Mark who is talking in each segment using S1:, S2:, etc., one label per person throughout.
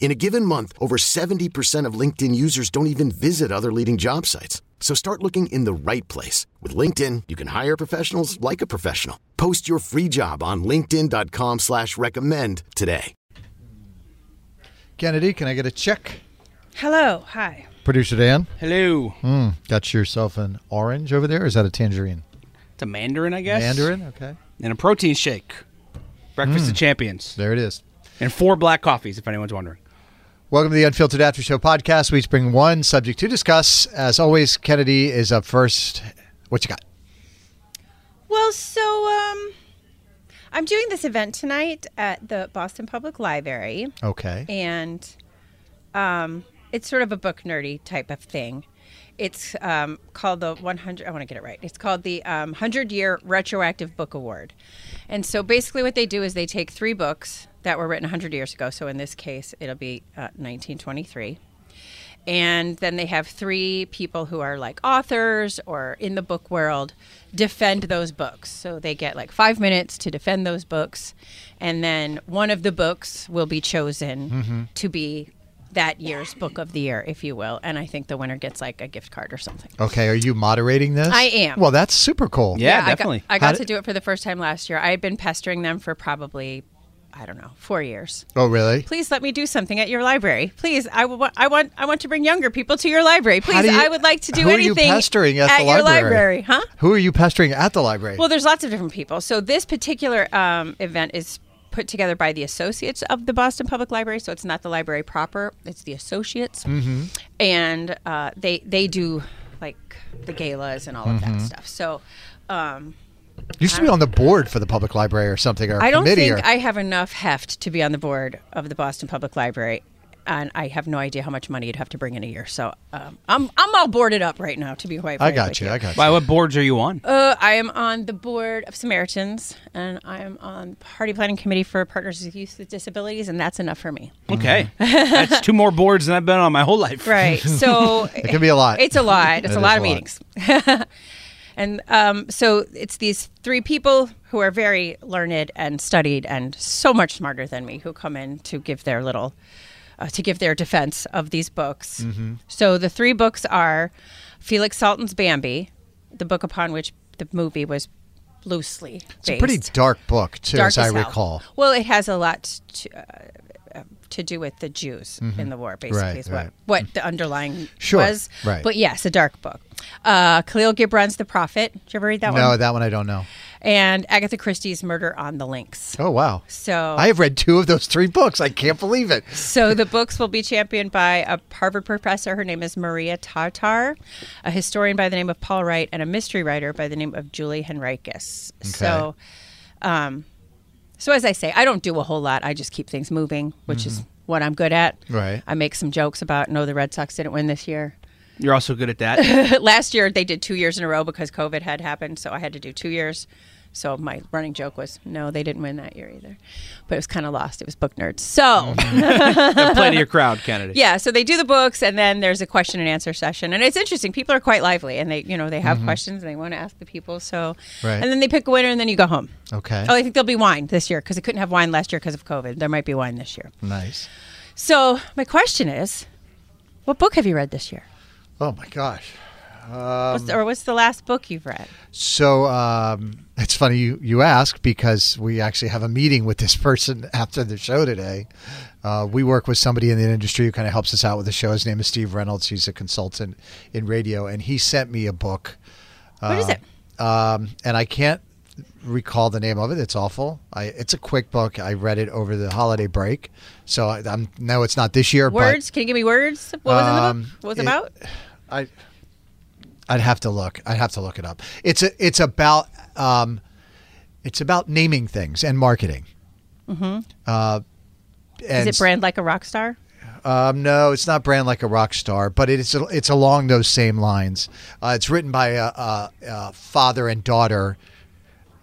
S1: In a given month, over 70% of LinkedIn users don't even visit other leading job sites. So start looking in the right place. With LinkedIn, you can hire professionals like a professional. Post your free job on linkedin.com slash recommend today.
S2: Kennedy, can I get a check?
S3: Hello. Hi.
S2: Producer Dan,
S4: Hello.
S2: mm, got yourself an orange over there. Or is that a tangerine?
S4: It's a mandarin, I guess.
S2: Mandarin. Hmm. Okay,
S4: And a protein shake. Breakfast of champions.
S2: there it is.
S4: And four black coffees, if anyone's wondering.
S2: Welcome to the Unfiltered After Show podcast. We each bring one subject to discuss. As always, Kennedy is up first. What you got?
S3: Well, so um, I'm doing this event tonight at the Boston Public Library,
S2: Okay.
S3: and um, it's sort of a book nerdy type of thing. It's um, called the 100. I want to get it right. It's called the um, 100 Year Retroactive Book Award, and so basically what they do is they take three books that were written 100 years ago. So in this case, it'll be uh, 1923. And then they have three people who are like authors or in the book world defend those books. So they get like five minutes to defend those books. And then one of the books will be chosen to be that year's book of the year, if you will. And I think the winner gets like a gift card or something.
S2: Okay. Are you moderating this?
S3: I am.
S2: Well, that's super cool.
S4: Yeah,
S3: I got-
S4: definitely.
S3: I got,
S2: How
S3: to do it for the first time last year. I had been pestering them for probably, I don't know, four years.
S2: Oh, really?
S3: Please let me do something at your library. Please, I wa- I want I want to bring younger people to your library. Please,
S2: How do you-
S3: I would like to do
S2: who
S3: anything
S2: Are you pestering at, the
S3: your
S2: library?
S3: library, huh?
S2: Who are you pestering at the library?
S3: Well, there's lots of different people. So this particular um, event is put together by the associates of the Boston Public Library. So it's not the library proper; it's the associates,
S2: Mm-hmm.
S3: and uh, they they do like the galas and all of
S2: Mm-hmm.
S3: that stuff. So. Um,
S2: you should be on the board for the public library or something, or a
S3: I don't
S2: committee.
S3: think
S2: or,
S3: I have enough heft to be on the board of the Boston Public Library, and I have no idea how much money you'd have to bring in a year. So um, I'm I'm all boarded up right now. To be quite,
S2: I
S3: frank
S2: got
S3: with
S2: you. I got you.
S4: Why, what boards are you on?
S3: Uh, I am on the board of Samaritans, and I am on party planning committee for Partners with Youth with Disabilities, and that's enough for me.
S4: Okay. That's two more boards than I've been on my whole life.
S3: Right. So
S2: It can be a lot.
S3: It's a lot. It's
S2: It
S3: a
S2: is
S3: lot of
S2: a lot.
S3: meetings. and um, so it's these three people who are very learned and studied and so much smarter than me who come in to give their little, uh, to give their defense of these books.
S2: Mm-hmm.
S3: So the three books are Felix Salten's Bambi, the book upon which the movie was loosely
S2: It's a pretty dark book, too, as I
S3: hell.
S2: recall.
S3: Well, it has a lot to, uh, uh, to do with the Jews in the war, basically,
S2: Mm-hmm. Right,
S3: is what,
S2: right.
S3: what the underlying
S2: Sure,
S3: was.
S2: right.
S3: But yes, a dark book. Uh, Khalil Gibran's The Prophet. Did you ever read that
S2: No,
S3: one?
S2: that one I don't know.
S3: And Agatha Christie's Murder on the Links.
S2: Oh wow!
S3: So-
S2: I have read two of those three books. I can't believe it.
S3: So the books will be championed by a Harvard professor. Her name is Maria Tartar, a historian by the name of Paul Wright, and a mystery writer by the name of Julie Henricus. So, um, so as I say, I don't do a whole lot. I just keep things moving, which is what I'm good at.
S2: Right.
S3: I make some jokes about no, the Red Sox didn't win this year.
S4: You're also good at that.
S3: Last year they did two years in a row because COVID had happened, so I had to do two years. So my running joke was, no, they didn't win that year either. But it was kind of lost. It was book nerds. So.
S4: Play to your crowd, Kennedy.
S3: Yeah, so they do the books, and then there's a question and answer session, and it's interesting. People are quite lively, and they, you know, they have questions and they want to ask the people. So,
S2: Mm-hmm. Right.
S3: and then they pick a winner, and then you go home.
S2: Okay.
S3: Oh, I think there'll be wine this year because I couldn't have wine last year because of COVID. There might be wine this year.
S2: Nice.
S3: So my question is, what book have you read this year,
S2: Oh my gosh. Um,
S3: what's, or what's the last book you've read?
S2: So um, it's funny you, you ask because we actually have a meeting with this person after the show today. Uh, we work with somebody in the industry who kind of helps us out with the show. His name is Steve Reynolds. He's a consultant in radio, and he sent me a book.
S3: What is it?
S2: Um, and I can't recall the name of it. It's awful. I, it's a quick book. I read it over the holiday break, so I, I'm no, it's not this year. but-
S3: Words? Can you give me words? What was in
S2: Um,
S3: the book? What was it
S2: it-
S3: about?
S2: I I'd have to look. I'd have to look it up. It's a, it's about um, it's about naming things and marketing. Mm-hmm. Uh,
S3: Is
S2: and
S3: it brand like a rock star?
S2: um, no, it's not brand like a rock star, but it's it's along those same lines. Uh, it's written by a, a, a father and daughter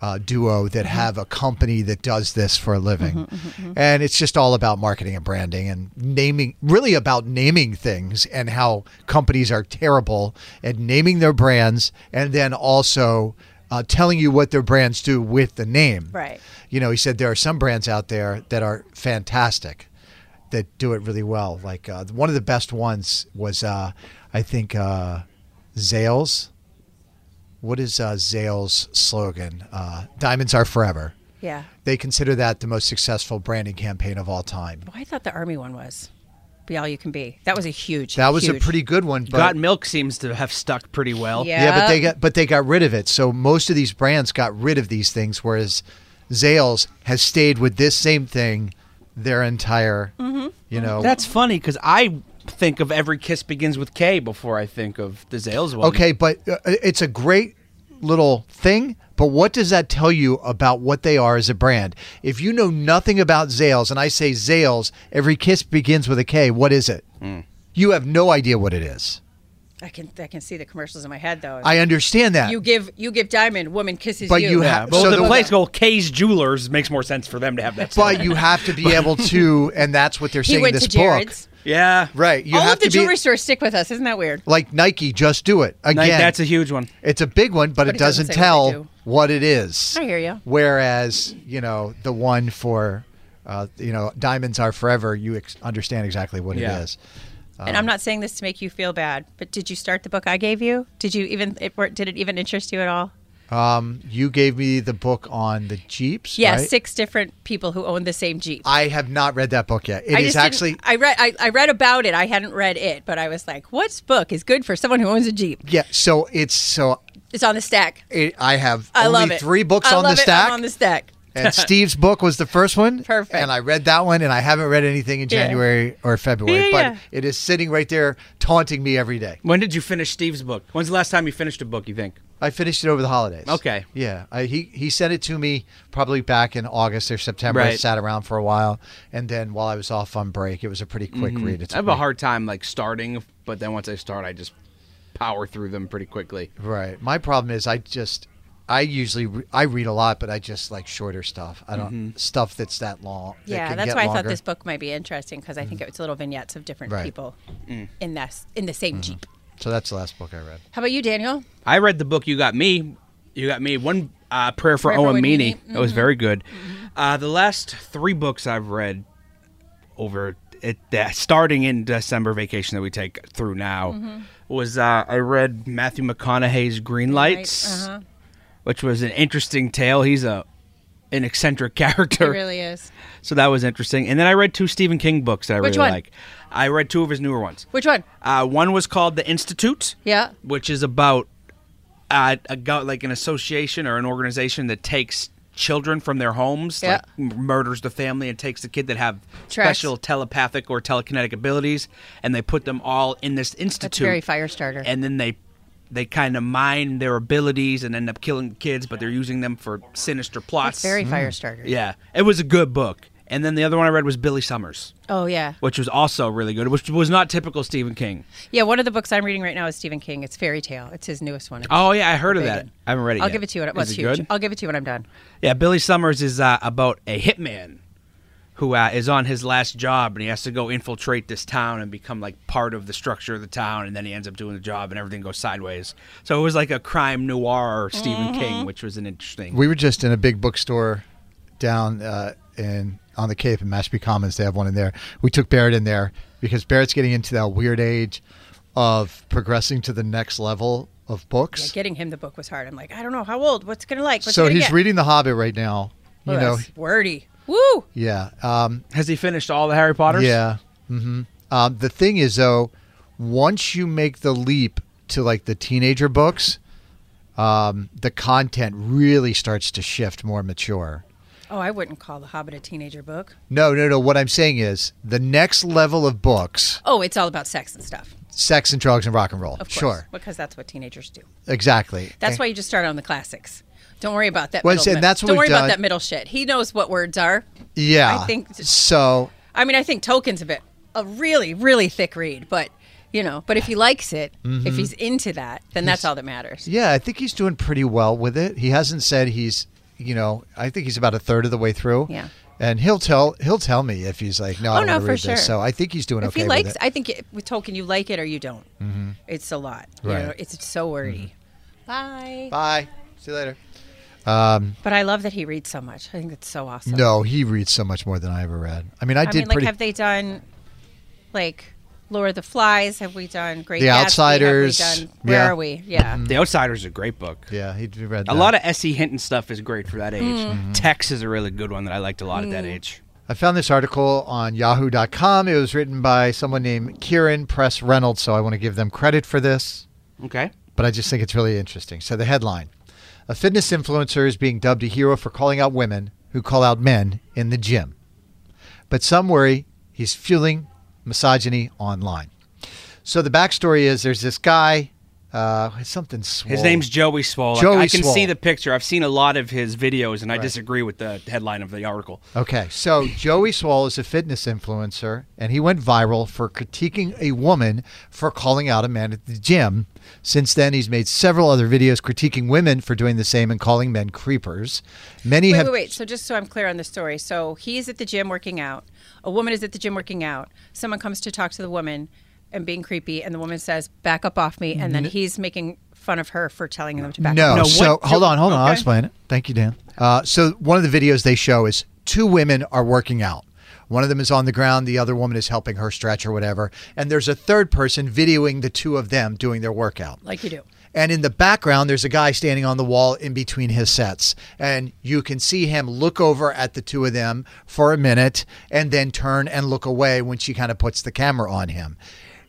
S2: uh, duo that have a company that does this for a living, and it's just all about marketing and branding and naming. Really about naming things and how companies are terrible at naming their brands, and then also. Uh, telling you what their brands do with the name.
S3: Right.
S2: You know, he said there are some brands out there that are fantastic that do it really well. Like uh, one of the best ones was, uh, I think, uh, Zales. What is uh, Zales' slogan? Uh, Diamonds are forever.
S3: Yeah.
S2: They consider that the most successful branding campaign of all time.
S3: Oh, I thought the army one was. Be all you can be. That was a huge.
S2: That was a
S3: huge-
S2: pretty good one, but
S4: Got Milk seems to have stuck pretty well.
S3: Yeah.
S2: yeah, but they got but they got rid of it. So most of these brands got rid of these things, whereas Zales has stayed with this same thing their entire, you know,
S4: That's funny because I think of every kiss begins with K before I think of the Zales one.
S2: Okay, but uh, it's a great little thing. But what does that tell you about what they are as a brand? If you know nothing about Zales, and I say Zales, every kiss begins with a K. What is it?
S4: Hmm.
S2: You have no idea what it is.
S3: I can I can see the commercials in my head though.
S2: I understand that.
S3: you give you give diamond woman kisses
S2: Uh, But
S3: you.
S2: you
S4: Yeah,
S2: have-
S4: but
S2: So
S4: the,
S2: the-
S4: place go K's Jewelers makes more sense for them to have that. slogan.
S2: but you have to be able to, and that's what they're
S3: he
S2: saying in
S3: went
S2: this
S3: to Jared's.
S2: book.
S4: yeah,
S2: Right. You
S3: All
S2: have
S3: of the
S2: to
S3: jewelry
S2: be
S3: stores stick with us. Isn't that weird?
S2: like Nike, just do it.
S4: Like,
S2: Again,
S4: that's a huge one.
S2: It's a big one, but,
S3: But
S2: it
S3: it doesn't
S2: doesn't,
S3: say what they
S2: tell
S3: do.
S2: what it is.
S3: I hear ya.
S2: Whereas, you know, the one for, uh, you know, diamonds are forever. You ex- understand exactly what
S4: Yeah.
S2: it is. Oh.
S3: and I'm not saying this to make you feel bad, but did you start the book I gave you? Did you even it wor- did it even interest you at all?
S2: You gave me the book on the jeeps.
S3: Yeah,
S2: right?
S3: six different people who own the same Jeep.
S2: I have not read that book yet. It is
S3: I just didn't-
S2: actually.
S3: I read I, I read about it. I hadn't read it, but I was like, "What book is good for someone who owns a Jeep?"
S2: Yeah, so it's so
S3: It's on the stack.
S2: it, I have
S3: I
S2: only
S3: love it.
S2: three books
S3: I
S2: on,
S3: love
S2: the
S3: it.
S2: stack,
S3: I'm on the stack.
S2: and Steve's book was the first one.
S3: Perfect.
S2: And I read that one, and I haven't read anything in
S3: Yeah.
S2: January or February,
S3: Yeah,
S2: but
S3: yeah.
S2: it is sitting right there taunting me every day.
S4: When did you finish Steve's book? When's the last time you finished a book? You think?
S2: I finished it over the holidays.
S4: Okay.
S2: Yeah. I, he he sent it to me probably back in August or September. I
S4: Right.
S2: sat around for a while, and then while I was off on break, it was a pretty quick read. It's
S4: Mm-hmm. I have a hard time like starting, but then once I start, I just power through them pretty quickly.
S2: right. My problem is I just I usually re- I read a lot, but I just like shorter stuff. I don't
S4: Mm-hmm.
S2: stuff that's that long. that
S3: Yeah,
S2: can
S3: that's
S2: get
S3: why I thought
S2: longer. Mm.
S3: this book might be interesting because I think it's little vignettes of different
S2: Right. Mm. Mm-hmm.
S3: people in this in the same Jeep.
S2: So that's the last book I read.
S3: How about you, Daniel?
S4: I read the book you got me. You got me one uh, prayer for
S3: Prayer for
S4: Owen
S3: Owen
S4: Meany.
S3: Meany.
S4: That was very good. Uh, the last three books I've read over it that starting in December vacation that we take through now was uh, I read Matthew McConaughey's Green Lights,
S3: uh-huh.
S4: which was an interesting tale. He's a an eccentric
S3: It
S4: character.
S3: really is.
S4: So that was interesting. And then I read two Stephen King books that I
S3: Which
S4: really
S3: one?
S4: like. I read two of his newer ones.
S3: Which one?
S4: Uh, one was called The Institute,
S3: Yeah.
S4: which is about uh, a go- like an association or an organization that takes children from their homes,
S3: Yeah.
S4: like m- murders the family and takes the kid that have
S3: Tracks.
S4: special telepathic or telekinetic abilities, and they put them all in this institute.
S3: That's very fire starter.
S4: And then they they kind of mine their abilities and end up killing kids, but they're using them for sinister plots.
S3: That's very fire starter.
S4: Yeah, it was a good book. And then the other one I read was Billy Summers,
S3: Oh yeah.
S4: which was also really good, which was not typical Stephen King.
S3: Yeah, one of the books I'm reading right now is Stephen King. It's Fairy Tale. It's his newest one.
S4: Oh yeah, I heard of
S3: Big
S4: that.
S3: one.
S4: I haven't read it.
S3: I'll
S4: yet.
S3: give it to you. when It
S4: Is
S3: was
S4: it
S3: huge.
S4: good?
S3: I'll give it to you when I'm done.
S4: Yeah, Billy Summers is uh, about a hitman who uh, is on his last job and he has to go infiltrate this town and become like part of the structure of the town and then he ends up doing the job and everything goes sideways. So it was like a crime noir Stephen King,
S3: Mm-hmm.
S4: which was an interesting.
S2: We were just in a big bookstore down uh, in on the Cape in Mashpee Commons. They have one in there. We took Barrett in there because Barrett's getting into that weird age of progressing to the next level of
S3: Yeah,
S2: books.
S3: getting him the book was hard. I'm like, I don't know how old. What's it gonna like? What's it
S2: so
S3: gonna
S2: he's
S3: get?
S2: reading The Hobbit right now. You
S3: Oh,
S2: know,
S3: that's wordy. Oh, Woo.
S2: yeah, um,
S4: Has he finished all the Harry Potters?
S2: yeah. hmm Um, the thing is, though, once you make the leap to like the teenager books, um, the content really starts to shift more mature.
S3: Oh, I wouldn't call The Hobbit a teenager book.
S2: No, no, no. What I'm saying is the next level of books,
S3: Oh, it's all about sex and stuff.
S2: sex and drugs and rock and roll.
S3: Of course,
S2: Sure,
S3: Because that's what teenagers do.
S2: exactly.
S3: That's why you just start on the classics. Don't worry about that.
S2: Well,
S3: middle,
S2: and that's what
S3: Don't
S2: we've
S3: worry
S2: done.
S3: about that middle shit. He knows what words are.
S2: Yeah.
S3: I think-
S2: so.
S3: I mean, I think Tolkien's a bit a really, really thick read, but you know, but if he likes it, if he's into that, then that's all that matters.
S2: Mm-hmm. Yeah, I think he's doing pretty well with it. He hasn't said he's, you know, I think he's about a third of the way through.
S3: Yeah.
S2: And he'll tell he'll tell me if he's like, no, I
S3: Oh,
S2: don't
S3: no,
S2: want to
S3: for
S2: read
S3: sure.
S2: this. So I think he's doing
S3: If
S2: okay.
S3: he likes,
S2: with it. Mm-hmm.
S3: I think it, with Tolkien, you like it or you don't. It's a lot. You
S2: Right. Mm-hmm.
S3: know, it's so wordy. Bye.
S2: Bye. See you later.
S3: But I love that he reads so much. I think that's so awesome.
S2: No, he reads so much more than I ever read. I mean, I,
S3: I
S2: did
S3: mean, like,
S2: pretty.
S3: have they done like Lord of the Flies? Have we done Great
S2: The
S3: Gatsby? Have we
S2: Outsiders.
S3: done- where
S2: Yeah.
S3: are we? Yeah.
S4: The Outsiders is a great book.
S2: yeah, Mm-hmm. he read
S4: A lot of S.E. Hinton stuff is great for that age.
S3: Mm.
S4: Tex is a really good one that I liked a lot at that age.
S2: I found this article on Yahoo.com. It was written by someone named Kieran Press Reynolds, so I want to give them credit for this.
S4: Okay.
S2: but I just think it's really interesting. So the headline: A fitness influencer is being dubbed a hero for calling out women who call out men in the gym. But some worry he's fueling misogyny online. So the backstory is there's this guy, uh, something. Swole.
S4: His name's Joey Swole. I-
S2: Joey
S4: I can
S2: Swole.
S4: see the picture. I've seen a lot of his videos, and I disagree with the headline of the article.
S2: Okay, so Joey Swole is a fitness influencer, and he went viral for critiquing a woman for calling out a man at the gym. Since then, he's made several other videos critiquing women for doing the same and calling men creepers. Many
S3: Wait,
S2: have
S3: wait, wait. So just so I'm clear on the story, so he's at the gym working out. A woman is at the gym working out. Someone comes to talk to the woman and being creepy, and the woman says, "Back up off me," and then he's making fun of her for telling them to back
S2: Mm-hmm. No,
S3: up.
S4: No,
S2: so
S4: what-
S2: hold on, hold on. I'll
S3: Okay.
S2: explain it. Thank you, Dan. Uh, so one of the videos they show is two women are working out. One of them is on the ground, the other woman is helping her stretch or whatever, and there's a third person videoing the two of them doing their workout.
S3: like you do.
S2: And in the background, there's a guy standing on the wall in between his sets. And you can see him look over at the two of them for a minute and then turn and look away when she kind of puts the camera on him.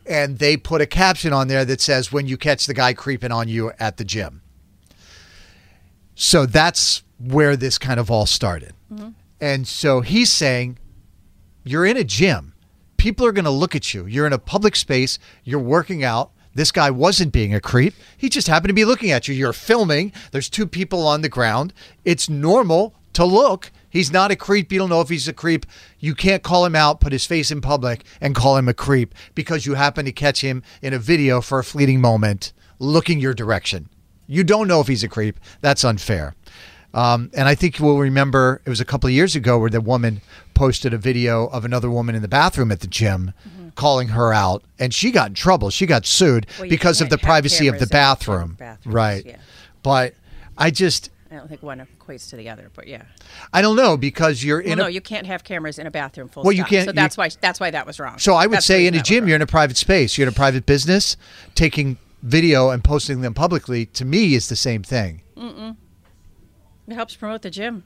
S2: And they put a caption on there that says, When you catch the guy creeping on you at the gym. So that's where this kind of all started. And so he's saying, You're in a gym. People are going to look at you. You're in a public space. You're working out. This guy wasn't being a creep. He just happened to be looking at you. You're filming. There's two people on the ground. It's normal to look. He's not a creep. You don't know if he's a creep. You can't call him out, put his face in public, and call him a creep because you happen to catch him in a video for a fleeting moment looking your direction. You don't know if he's a creep. That's unfair. Um, and I think you will remember it was a couple of years ago where the woman posted a video of another woman in the bathroom at the gym calling her out, and she got in trouble. She got sued
S3: Mm-hmm. Well, you
S2: because of
S3: can't
S2: the
S3: have
S2: privacy of the
S3: cameras in
S2: bathroom.
S3: bathrooms,
S2: Right.
S3: yeah.
S2: But I just,
S3: I don't think one equates to the other, but yeah.
S2: I don't know because you're
S3: Well,
S2: in
S3: no,
S2: a.
S3: you can't have cameras in a bathroom. Full
S2: Well, you
S3: stop.
S2: can't-
S3: So
S2: you-
S3: that's why that's why that was wrong.
S2: So I would
S3: That's the
S2: say in
S3: reason
S2: a
S3: that was
S2: gym,
S3: wrong.
S2: you're in a private space, you're in a private business. Taking video and posting them publicly to me is the same thing.
S3: It helps promote the gym.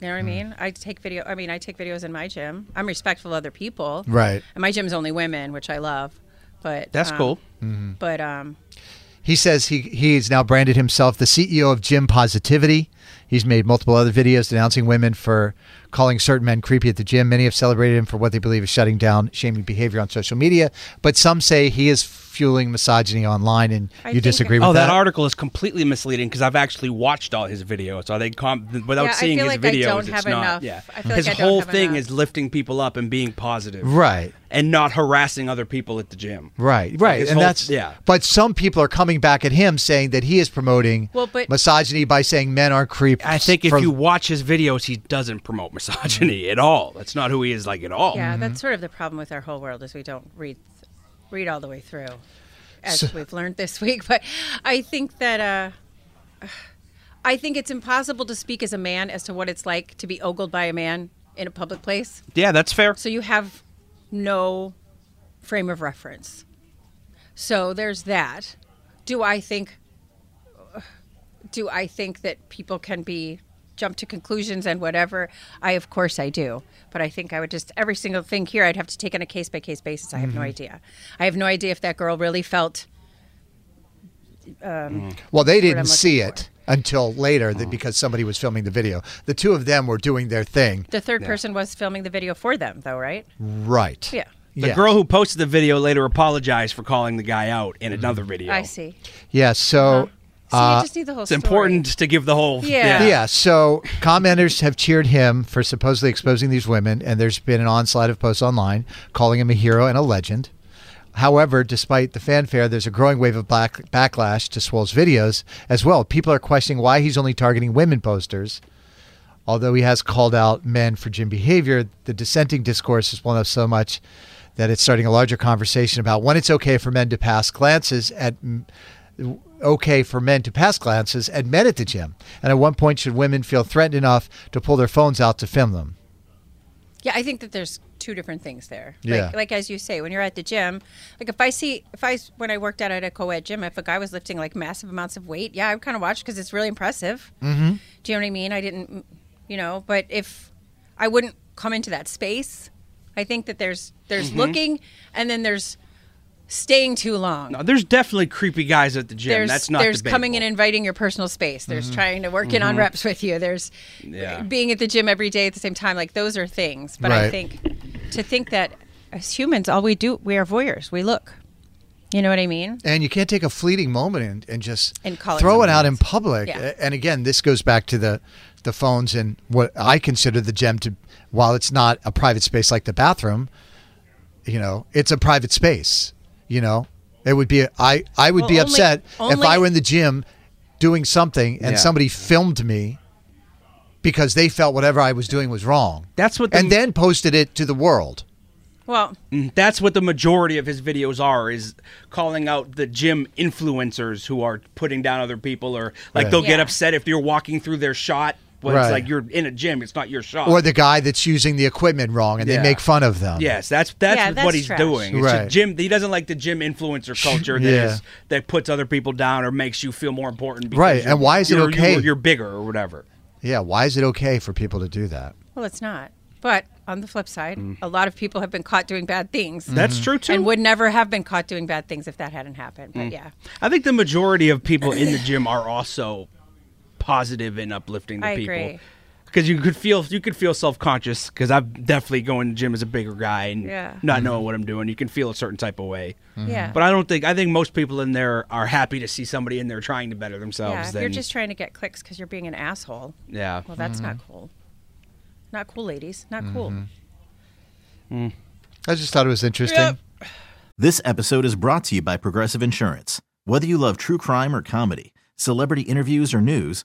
S3: You know what I
S4: Hmm.
S3: mean? I take video. I mean, I take videos in my gym. I'm respectful of other people.
S2: Right.
S3: And my gym's only women, which I love. But
S4: That's
S3: um,
S4: cool.
S3: But um,
S2: He says he he's now branded himself the CEO of Gym Positivity. He's made multiple other videos denouncing women for calling certain men creepy at the gym. Many have celebrated him for what they believe is shutting down shaming behavior on social media, but some say he is fueling misogyny online. And
S3: I
S2: you
S3: think-
S2: disagree with
S4: Oh, that,
S2: that?
S4: article is completely misleading because I've actually watched all his videos. So they com- without
S3: Yeah, I
S4: seeing
S3: feel
S4: his
S3: like I
S4: videos,
S3: don't
S4: it's
S3: have
S4: not.
S3: enough-
S4: Yeah,
S3: I feel like
S4: his
S3: I don't
S4: whole
S3: have
S4: thing
S3: enough.
S4: is lifting people up and being positive,
S2: right.
S4: and not harassing other people at the gym.
S2: Right, right,
S4: His
S2: and
S4: whole-
S2: that's
S4: yeah.
S2: But some people are coming back at him saying that he is promoting
S3: Well, but-
S2: misogyny by saying men are creeps.
S4: I think if
S2: for-
S4: you watch his videos, he doesn't promote misogyny at all. That's not who he is like at all.
S3: yeah, that's sort of the problem with our whole world is we don't read read all the way through, as we've learned this week. But I think that uh, I think it's impossible to speak as a man as to what it's like to be ogled by a man in a public place.
S4: Yeah, that's fair.
S3: So you have no frame of reference. So there's that. Do I think do I think that people can be jump to conclusions and whatever? I of course I do. But I think I would just every single thing here I'd have to take on a
S4: Mm-hmm.
S3: case by case basis. I have no idea. I have no idea if that girl really felt um,
S2: Well, they
S3: I'm
S2: didn't see
S3: looking
S2: it until later
S4: Oh.
S2: that because somebody was filming the video. The two of them were doing their thing.
S3: the third person was filming the video for them, though, right?
S2: Right.
S3: Yeah.
S4: The
S2: yeah.
S4: girl who posted the video later apologized for calling the guy out
S2: Mm-hmm.
S4: in another video.
S3: I see.
S2: Yeah.
S3: Uh-huh.
S2: So.
S3: So you just need the
S4: Uh,
S3: whole.
S4: It's important to give the whole.
S3: Yeah.
S2: Yeah. So commenters have cheered him for supposedly exposing these women, and there's been an onslaught of posts online calling him a hero and a legend. However, despite the fanfare, there's a growing wave of black backlash to Swole's videos as well. People are questioning why he's only targeting women posters. Although he has called out men for gym behavior, the dissenting discourse has blown up so much that it's starting a larger conversation about when it's okay for men to pass glances at okay for men to pass glances at men at the gym, and at one point should women feel threatened enough to pull their phones out to film them?
S3: Yeah, I think that there's two different things there.
S2: Yeah.
S3: Like, like as you say, when you're at the gym, like if I see, if I when I worked out at a co-ed gym, if a guy was lifting like massive amounts of weight, yeah, I would kind of watch because it's really impressive. Mm-hmm. Do you know what I mean? I didn't, you know, but if I wouldn't come into that space, I think that there's there's looking and then there's staying too long.
S4: No, there's definitely creepy guys at the gym.
S3: there's
S4: That's not
S3: there's
S4: debatable. Mm-hmm.
S3: coming in and inviting your personal space. There's trying to work in on reps with you. There's
S4: Yeah.
S3: being at the gym every day at the same time. Like those are things. But I
S2: Right.
S3: think to think that as humans, all we do we are voyeurs. We look. You know what I mean?
S2: And you can't take a fleeting moment and, and just
S3: And call it
S2: throw it
S3: something
S2: out in
S3: else.
S2: public.
S3: Yeah.
S2: A- And again, this goes back to the the phones and what I consider the gym to, while it's not a private space like the bathroom, you know, it's a private space. You know, it would be I I would
S3: Well,
S2: be
S3: only-
S2: upset if
S3: only-
S2: I were in the gym doing something and
S4: Yeah.
S2: somebody filmed me because they felt whatever I was doing was wrong.
S4: That's what the-
S2: and then posted it to the world.
S3: Well,
S4: Mm, That's what the majority of his videos are is calling out the gym influencers who are putting down other people or like
S2: Right.
S4: they'll get
S3: Yeah.
S4: upset if you're walking through their shot. But
S2: Right.
S4: it's like you're in a gym, it's not your shot.
S2: Or the guy that's using the equipment wrong and
S4: Yeah.
S2: they make fun of them.
S4: Yes, that's that's,
S3: Yeah,
S4: what
S3: that's
S4: he's
S3: trash.
S4: doing. It's just
S2: Right.
S4: gym he doesn't like the gym influencer culture that
S2: Yeah.
S4: is- that puts other people down or makes you feel more important because
S2: Right,
S4: you're-
S2: and why is it
S4: you're-
S2: okay?
S4: You're, you're bigger or whatever.
S2: Yeah, why is it okay for people to do that?
S3: well, it's not. But on the flip side, a lot of people have been caught doing bad things.
S2: Mm-hmm.
S4: That's true Mm. too. Mm.
S3: and would never have been caught doing bad things if that hadn't happened. But yeah,
S4: I think the majority of people in the gym are also positive and uplifting to
S3: I
S4: people.
S3: agree.
S4: Because you could feel you could feel self conscious. Because I'm definitely going to the gym as a bigger guy and
S3: Yeah.
S4: not
S2: Mm-hmm.
S4: knowing what I'm doing. You can feel a certain type of way.
S3: yeah.
S4: Mm-hmm. But I don't think I think most people in there are happy to see somebody in there trying to better themselves.
S3: yeah, if
S4: than-
S3: you're just trying to get clicks because you're being an asshole.
S4: yeah.
S3: Well, that's
S4: Mm-hmm.
S3: not cool. Not cool, ladies. Not cool.
S2: I just thought it was interesting.
S3: Yep.
S5: This episode is brought to you by Progressive Insurance. Whether you love true crime or comedy, celebrity interviews or news,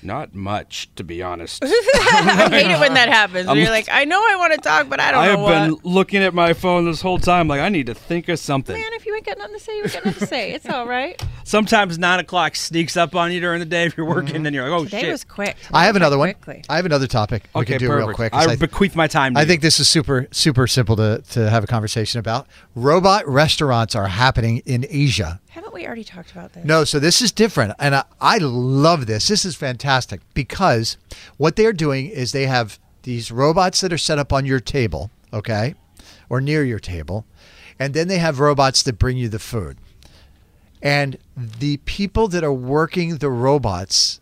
S4: Not much, to be honest.
S3: I hate it when that happens. When you're like, I know I want to talk, but I don't
S4: I
S3: know
S4: have
S3: what.
S4: been looking at my phone this whole time, like I need to think of something.
S3: Man, if you ain't got nothing to say, you ain't got nothing to say. It's all right.
S4: Oh, Sometimes nine o'clock sneaks up on you during the day if you're working, then you're like, oh
S3: Mm-hmm. Today
S4: shit.
S3: was quick.
S2: I have another one.
S3: Quickly.
S2: I have another topic we
S4: okay,
S2: can do
S4: perfect.
S2: real quick. 'cause
S4: I
S2: I,
S4: bequeath my time. To
S2: I
S4: you.
S2: think this is super, super simple to, to have a conversation about. Robot restaurants are happening in Asia.
S3: Haven't we already talked about this?
S2: No, so this is different. And I, I love this. This is fantastic because what they're doing is they have these robots that are set up on your table, okay, or near your table. And then they have robots that bring you the food. And the people that are working the robots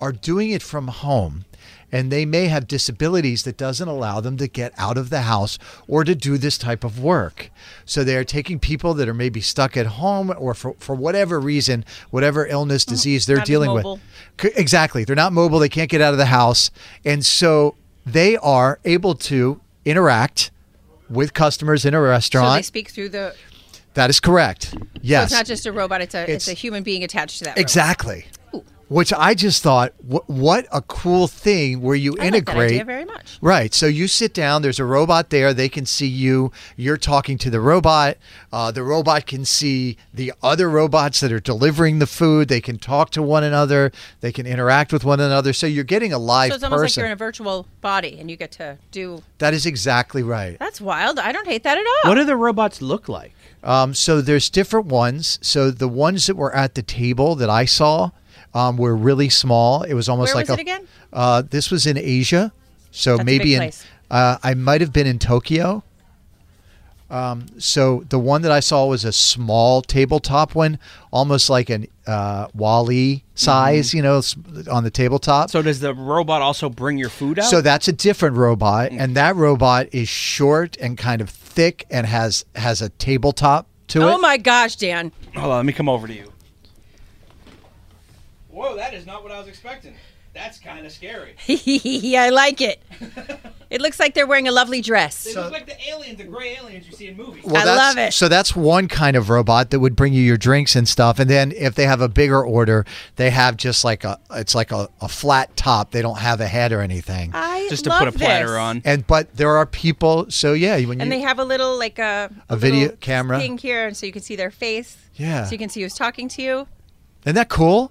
S2: are doing it from home and they may have disabilities that doesn't allow them to get out of the house or to do this type of work. So they are taking people that are maybe stuck at home or for, for whatever reason, whatever illness, disease they're
S3: Mm, not as
S2: dealing
S3: mobile.
S2: with. C- Exactly. They're not mobile. They can't get out of the house. And so they are able to interact with customers in a
S3: So
S2: restaurant.
S3: they speak through the.
S2: that is correct.
S3: So
S2: Yes.
S3: it's not just a robot. It's a
S2: It's-
S3: it's, a human being attached to that.
S2: Exactly. Which I just thought, wh- what a cool thing where you
S3: I like that
S2: integrate.
S3: idea very much.
S2: Right. So you sit down, there's a robot there, they can see you, you're talking to the robot. Uh, the robot can see the other robots that are delivering the food, they can talk to one another, they can interact with one another. So you're getting a live
S3: So it's almost like
S2: person.
S3: you're in a virtual body and you get to do.
S2: that is exactly right.
S3: That's wild. I don't hate that at all.
S4: What do the robots look like?
S2: Um, so there's different ones. So the ones that were at the table that I saw um, were really small. It was almost
S3: Where
S2: like
S3: was
S2: a,
S3: it again?
S2: Uh, this was in Asia, so
S3: That's a big
S2: maybe in
S3: place.
S2: uh, I might have been in Tokyo. Um, so the one that I saw was a small tabletop one, almost like an uh, Wally size,
S3: Mm-hmm.
S2: you know, s- on the tabletop.
S4: So does the robot also bring your food out?
S2: So that's a different robot,
S3: Mm.
S2: and that robot is short and kind of thick and has has a tabletop to it.
S3: oh my gosh, Dan.
S4: Hold on, let me come over to you. Whoa, that is not what I was expecting. That's kind of scary.
S3: I like it. It looks like they're wearing a lovely dress.
S4: look like the aliens, the gray aliens you see in movies.
S2: Well,
S3: I
S2: that's-
S3: love it.
S2: So that's one kind of robot that would bring you your drinks and stuff. And then if they have a bigger order, they have just like a it's like a, a flat top. They don't have a head or anything.
S3: I
S4: Just to
S3: love
S4: put a platter
S3: this.
S4: on.
S2: and but there are people. So yeah, when you
S3: And they have a little like a,
S2: A video
S3: little
S2: camera?
S3: thing here, and so you can see their face.
S2: Yeah.
S3: So you can see who's talking to you.
S2: isn't that cool?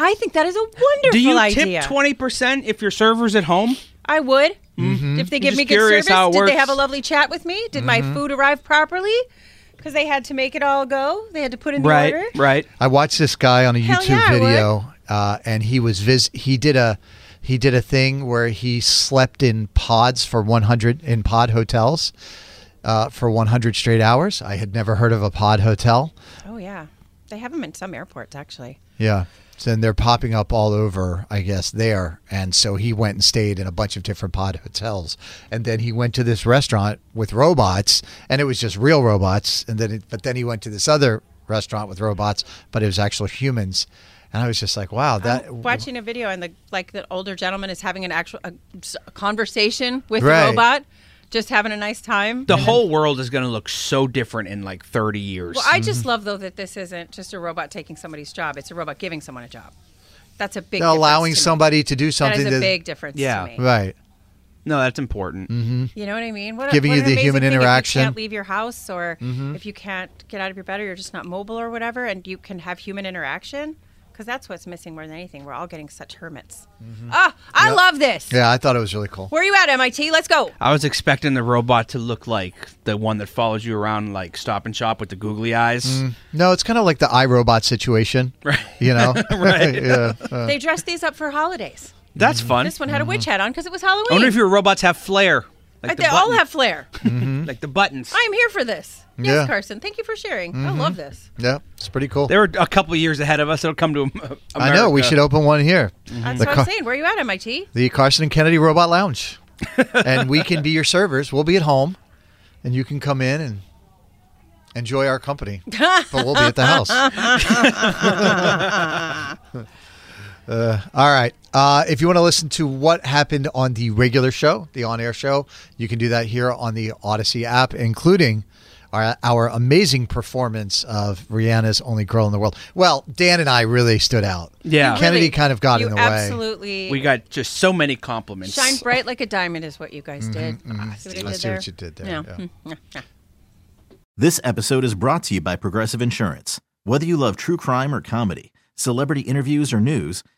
S3: I think that is a wonderful
S4: Do you
S3: idea.
S4: tip twenty percent if your server's at home?
S3: I would. If they give
S4: Mm-hmm. just
S3: me good
S4: curious
S3: service,
S4: how it
S3: did they have
S4: works.
S3: a
S4: Mm-hmm.
S3: lovely chat with me? Did my food arrive properly? Because they had to make it all go. They had to put in the order.
S4: right.
S2: I watched this guy on a
S3: Hell
S2: YouTube
S3: yeah, I would.
S2: video, uh, and he was vis- he did a he did a thing where he slept in pods for 100 in pod hotels uh, for 100 straight hours. I had never heard of a pod hotel.
S3: Oh yeah, they have them in some airports actually.
S2: Yeah. So then they're popping up all over, I guess, there. And so he went and stayed in a bunch of different pod hotels. And then he went to this restaurant with robots, and it was just real robots. And then, it, but then he went to this other restaurant with robots, but it was actual humans. And I was just like, wow, that.
S3: Oh, Watching a video and the like, the older gentleman is having an actual a, a conversation with
S2: Right.
S3: the robot, just having a nice time.
S4: The
S3: And then-
S4: whole world is going to look so different in like thirty years.
S3: Well, I just love though that this isn't just a robot taking somebody's job; it's a robot giving someone a job. That's a big
S2: They're allowing
S3: difference to me.
S2: somebody to do
S3: That
S2: something
S3: is a
S2: that-
S3: big difference
S4: Yeah.
S3: to me.
S2: Right.
S4: no, that's important.
S3: You know what I mean? What a-
S2: Giving
S3: what
S2: you
S3: an
S2: the
S3: amazing
S2: human
S3: thing if
S2: interaction. Mm-hmm.
S3: you can't leave your house, or if you can't get out of your bed, or you're just not mobile or whatever, and you can have human interaction, because that's what's missing more than anything. We're all getting such hermits. Ah, I love this.
S2: Mm-hmm. Yeah, I thought it was really cool.
S3: Where are you at, MIT? Let's go.
S4: I was expecting the robot to look like the one that follows you around, like Stop and Shop with the googly eyes.
S2: No, it's kind of like the iRobot situation. Right. You know? right. yeah. Uh,
S3: they dress these up for holidays.
S4: That's fun.
S3: This one had a witch
S2: mm-hmm.
S3: hat on because it was
S4: I wonder
S3: Halloween.
S4: if your robots have flair. Like
S3: But
S4: the
S3: they all
S4: button-
S3: have flair.
S4: like the buttons.
S3: I'm here for this. Yes,
S2: Yeah. Mm-hmm.
S3: Carson. Thank you for sharing. I love this.
S2: Yeah. It's pretty cool.
S4: They were a couple years ahead of us. It'll come to um, America.
S2: I know. We should open one here.
S3: That's
S2: The
S3: what
S2: car-
S3: I'm saying. Where are you at, MIT?
S2: the Carson and Kennedy Robot Lounge, and we can be your servers. We'll be at home, and you can come in and enjoy our company. but we'll be at the house. uh, all right. Uh, if you want to listen to what happened on the regular show, the on-air show, you can do that here on the Odyssey app, including. Our, our amazing performance of Rihanna's "Only Girl in the World." Well, Dan and I really stood out.
S4: Yeah. You
S2: Kennedy
S3: Really,
S2: kind of got
S3: you
S2: in the way.
S3: absolutely
S4: We got just so many compliments.
S3: Shine bright like a diamond is what you guys did. Ah, see what I
S2: Mm-hmm. I
S3: did
S2: see
S3: there?
S2: what you did there,
S3: Yeah.
S2: yeah.
S3: Mm, yeah, yeah.
S5: This episode is brought to you by Progressive Insurance. Whether you love true crime or comedy, celebrity interviews or news,